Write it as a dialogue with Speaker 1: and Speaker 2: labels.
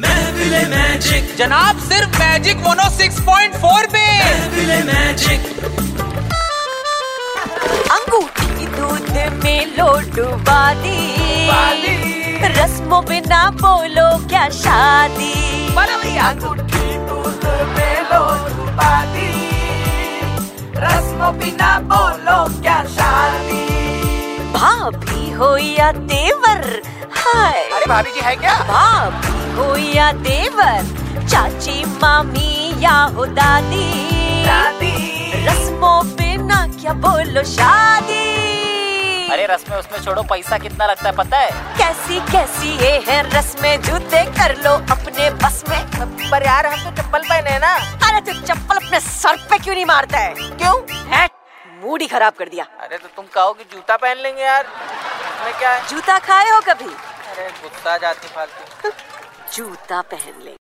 Speaker 1: महफिले magic
Speaker 2: जनाब सिर्फ magic mono 6.4 पे
Speaker 1: महफिले मैजिक
Speaker 3: अंगूठी की दूध में लो डुबा दी रस्मों बिना बोलो क्या शादी
Speaker 2: अंगूठी दूध में लो डुबा दी रस्मों बिना बोलो क्या शादी
Speaker 3: भाभी हो या देवर हाय
Speaker 2: अरे भाभी जी है क्या
Speaker 3: भाभी हो या देवर चाची मामी या हो दादी
Speaker 2: दादी
Speaker 3: रस्मों बिना क्या बोलो शादी
Speaker 4: अरे रस्में उसमें छोड़ो पैसा कितना लगता है पता है
Speaker 3: कैसी कैसी ये है रस्में जूते कर लो अपने बस में
Speaker 2: पर यार हम तो चप्पल पहने हैं ना
Speaker 3: अरे तू चप्पल अपने सर पे क्यों नहीं मारता है
Speaker 2: क्यों
Speaker 3: है? मूड ही खराब कर दिया
Speaker 2: अरे तो तुम कहो कि जूता पहन लेंगे यार इसमें क्या है
Speaker 3: जूता खाए हो कभी
Speaker 2: अरे गुस्सा जाती फालतू
Speaker 3: जूता पहन ले